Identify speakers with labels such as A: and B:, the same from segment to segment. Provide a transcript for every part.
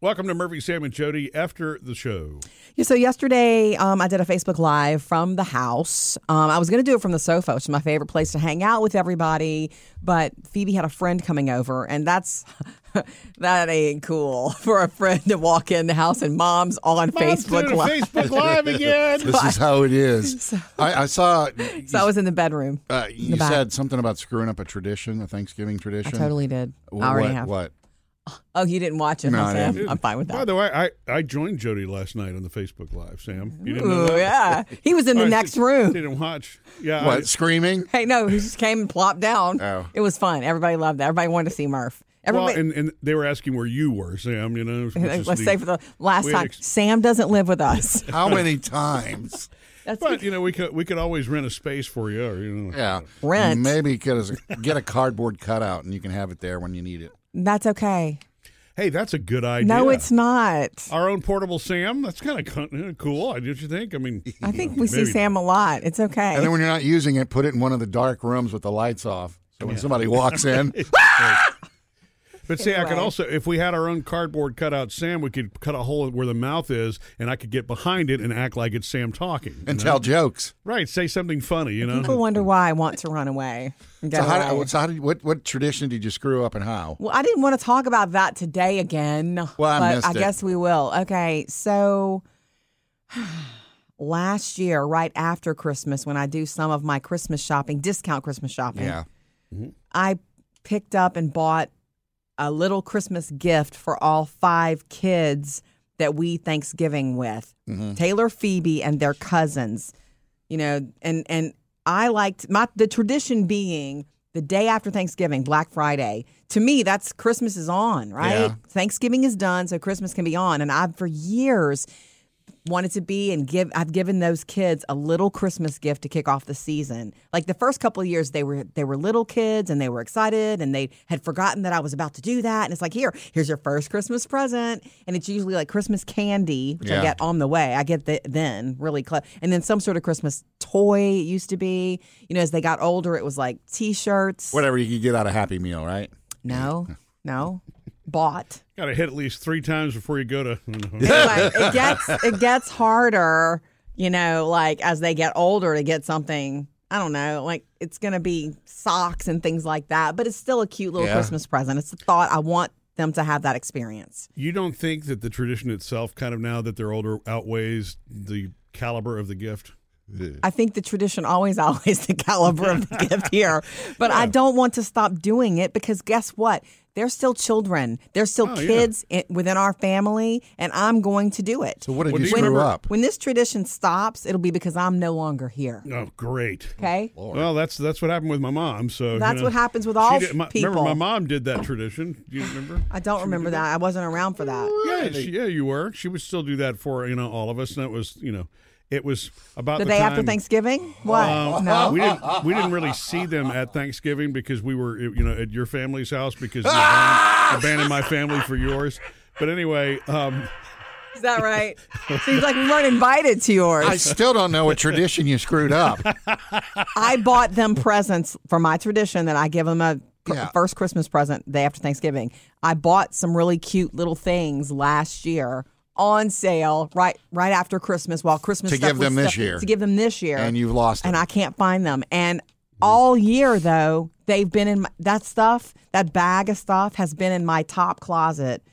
A: Welcome to Murphy, Sam, and Jody after the show.
B: Yeah, so yesterday, um, I did a Facebook Live from the house. Um, I was going to do it from the sofa, which is my favorite place to hang out with everybody. But Phoebe had a friend coming over, and that's that ain't cool for a friend to walk in the house and mom's on
A: Mom's
B: Facebook
A: doing a
B: Live.
A: Facebook Live again.
C: This is how it is. I, I saw. you-
B: So I was in the bedroom.
C: uh,
B: in
C: you
B: the back.
C: said something about screwing up a tradition, a Thanksgiving tradition.
B: I totally did.
C: Wh-
B: I already
C: what,
B: have.
C: What?
B: Oh, you didn't watch it,
C: No,
B: huh,
C: I
B: Sam?
C: didn't.
B: I'm fine with
A: By
B: that.
A: the way, I, I joined Jody last night on the Facebook Live, Sam. You didn't know
B: Ooh,
A: that?
B: yeah, he was in
A: All
B: the
A: right,
B: next
A: did-
B: room.
A: Didn't watch. Yeah.
C: What? Uh, Screaming?
B: Hey, no, he just came and plopped down.
C: Oh.
B: It was fun. Everybody loved that. Everybody wanted to see Murph.
A: I, well,
B: Everybody,
A: and, and they were asking where you were, Sam, you know. which is
B: Let's
A: the-
B: say for the last
A: we had
B: time,
A: ex-
B: Sam doesn't live with us.
C: How many times?
B: That's
A: But, you know, we could, we could always rent a space for you. Or, you know.
C: Yeah.
B: Rent.
C: Maybe get a, get a cardboard cutout and you can have it there when you need it.
B: that's okay.
A: Hey, that's a good idea.
B: No, it's not.
A: Our own portable Sam. That's kind of cool. I Don't you think? I mean,
B: I think we see
A: maybe-
B: Sam a lot. It's okay.
C: And then when you're not using it, put it in one of the dark rooms with the lights off. So when somebody walks in,
A: But see, I could
B: Anyway.
A: also, if we had our own cardboard cutout Sam, we could cut a hole where the mouth is, and I could get behind it and act like it's Sam talking. you
C: and
A: know?
C: tell jokes.
A: right, say something funny, you know.
B: People wonder why I want to run away. and get
C: So how,
B: away.
C: did- so how did, what, what tradition did you screw up and how?
B: Well, I didn't want to talk about that today again.
C: Well, I
B: but
C: missed
B: I
C: it.
B: guess we will. Okay, so last year, right after Christmas, when I do some of my Christmas shopping, discount Christmas shopping,
C: Yeah.
B: I picked up and bought a little Christmas gift for all five kids that we Thanksgiving with Taylor, Phoebe, and their cousins. You know, and and I liked my the tradition being the day after Thanksgiving, Black Friday. To me, that's Christmas is on, right?
C: Yeah.
B: Thanksgiving is done, so Christmas can be on. And I've for years wanted to be and give I've given those kids a little Christmas gift to kick off the season. Like the first couple of years they were they were little kids and they were excited and they had forgotten that I was about to do that and it's like here here's your first Christmas present and it's usually like Christmas candy which I
C: Yeah.
B: get on the way. I get the then really close and then some sort of Christmas toy it used to be. You know as they got older it was like t-shirts.
C: Whatever you could get out of Happy Meal, right?
B: No. No. Bought.
A: Got to hit at least three times before you go to.
B: anyway, it gets it gets harder, you know, like as they get older to get something. I don't know, like it's gonna be socks and things like that, but it's still a cute little
C: Yeah.
B: Christmas present. It's the thought I want them to have that experience.
A: you don't think that the tradition itself, kind of now that they're older, outweighs the caliber of the gift?
B: I think the tradition always always the caliber of the gift here, but I don't want to stop doing it because guess what? They're still children. They're still
A: Oh, yeah.
B: kids in, within our family, and I'm going to do it.
C: So what did
A: What
C: you
A: do you-
C: screw up?
B: When this tradition stops, it'll be because I'm no longer here.
A: Oh, great.
B: Okay.
A: Well, that's that's what happened with my mom. So you
B: That's
A: know,
B: what happens with
A: she
B: all
A: did- my-
B: people.
A: Remember, my mom did that tradition. Do you remember?
B: I don't remember that. I wasn't around for that.
A: Yeah, she, yeah, you were. She would still do that for you know all of us, and that was you know, it was about
B: The,
A: the
B: day after
A: time-
B: Thanksgiving? What?
A: Um,
B: no.
A: we didn't. We didn't really see them at Thanksgiving because we were, you know, at your family's house because you abandoned, abandoned my family for yours. But anyway, um,
B: Is that right? Seems like we weren't invited to
C: I
B: yours.
C: still don't know what tradition you screwed up.
B: I bought them presents for my tradition that I give them a cr-
C: Yeah.
B: first Christmas present day after Thanksgiving. I bought some really cute little things last year on sale right right after Christmas while Christmas
C: To
B: stuff
C: give
B: was
C: them this
B: stuff-
C: year.
B: to give them this year
C: And you've lost it.
B: and I can't find them. And all year though, they've been in my, that stuff, that bag of stuff has been in my top closet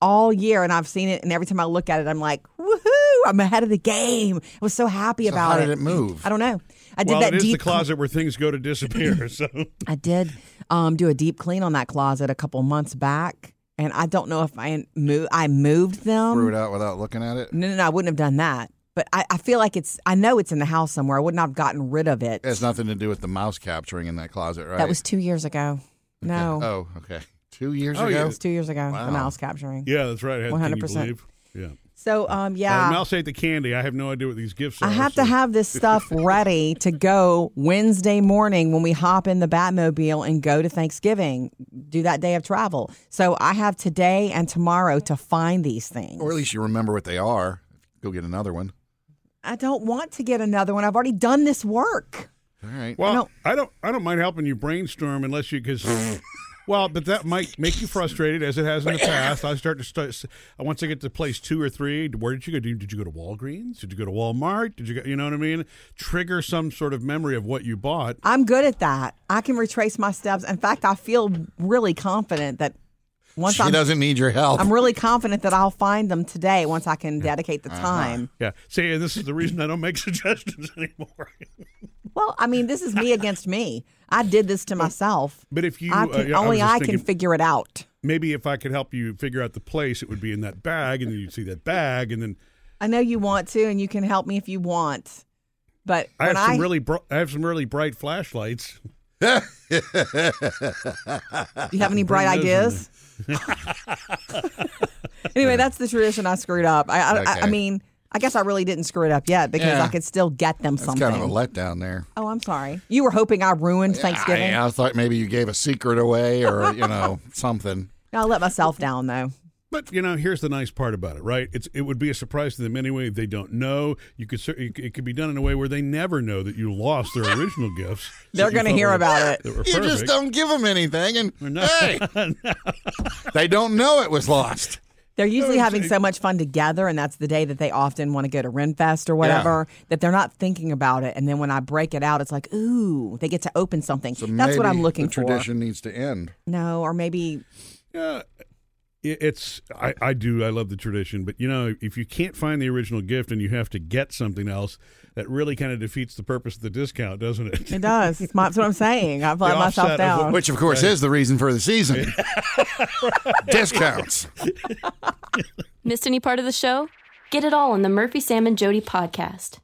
B: all year and I've seen it and every time I look at it I'm like, "Woohoo, I'm ahead of the game." I was so happy
C: So
B: about
C: how did it move?
B: I don't know. I did
A: well,
B: that
A: it is
B: deep
A: the closet where things go to disappear. So
B: I did um, do a deep clean on that closet a couple months back and I don't know if I moved I moved them.
C: Threw it out without looking at it.
B: No, no, no, I wouldn't have done that. But I, I feel like it's I know it's in the house somewhere. I would not have gotten rid of it.
C: It has nothing to do with the mouse capturing in that closet, right?
B: That was two years ago. No,
C: Oh, okay. Two years
A: Oh,
C: ago.
B: it was two years ago. The mouse capturing.
A: yeah, that's right. I had- can you
B: 100%.
A: believe? Yeah.
B: So, um,
A: And
B: yeah,
A: Mouse ate the candy. I have no idea what these gifts are.
B: I have
A: so-
B: to have this stuff ready to go Wednesday morning when we hop in the Batmobile and go to Thanksgiving, do that day of travel. So I have today and tomorrow to find these things.
C: Or at least you remember what they are. Go get another one.
B: I don't want to get another one. I've already done this work.
C: All right.
A: Well,
B: I don't-
A: I don't. I don't mind helping you brainstorm unless you because. Well, but that might make you frustrated, as it has in the past. I start to start. Once I get to place two or three, where did you go? Did you go to Walgreens? Did you go to Walmart? Did you go? You know what I mean? Trigger some sort of memory of what you bought.
B: I'm good at that. I can retrace my steps. In fact, I feel really confident that once
C: She
B: I'm,
C: doesn't need your help.
B: I'm really confident that I'll find them today once I can dedicate the
C: Uh-huh.
B: time.
A: Yeah. See, and this is the reason I don't make suggestions anymore.
B: Well, I mean, this is me against me. I did this to myself.
A: But if you
B: I
A: uh,
B: can,
A: yeah, I was
B: only
A: just
B: I,
A: thinking-
B: can figure it out.
A: maybe if I could help you figure out the place, it would be in that bag, and then you'd see that bag, and then
B: I know you want to, and you can help me if you want. But
A: I
B: when
A: have some
B: I
A: really bro- I have some really bright flashlights.
B: Do you have any bright
A: Bring those
B: ideas? anyway, that's the tradition I screwed up. I, I, I, I
C: Okay.
B: mean, I guess I really didn't screw it up yet because
C: Yeah.
B: I could still get them
C: That's
B: something.
C: kind of a letdown there.
B: oh, I'm sorry. You were hoping I ruined Thanksgiving.
C: I, I thought maybe you gave a secret away or, you know, something.
B: No, I let myself down though.
A: But you know, here's the nice part about it, right? It's it would be a surprise to them anyway. if They don't know. You could cer- it it could be done in a way where they never know that you lost their original gifts.
B: They're going to hear about it.
A: You
C: You just don't give them anything, and
A: No.
C: hey, they don't know it was lost.
B: They're usually
C: Oh,
B: having so much fun together, and that's the day that they often want to go to Renfest or whatever, that they're not thinking about it. And then when I break it out, it's like, ooh, they get to open something. that's what
C: Maybe
B: I'm looking
C: the Tradition needs to end.
B: for. No, or maybe
A: Yeah, it, it's I, I do I love the tradition, but you know if you can't find the original gift and you have to get something else, that really kind of defeats the purpose of the discount, doesn't it?
B: it does. It's my- That's what I'm saying. I've let
A: The
B: myself
A: offset of
B: down.
A: what-
C: Which, of course, is the reason for the season. Discounts.
D: Missed any part of the show? Get it all on the Murphy, Sam, and Jody podcast.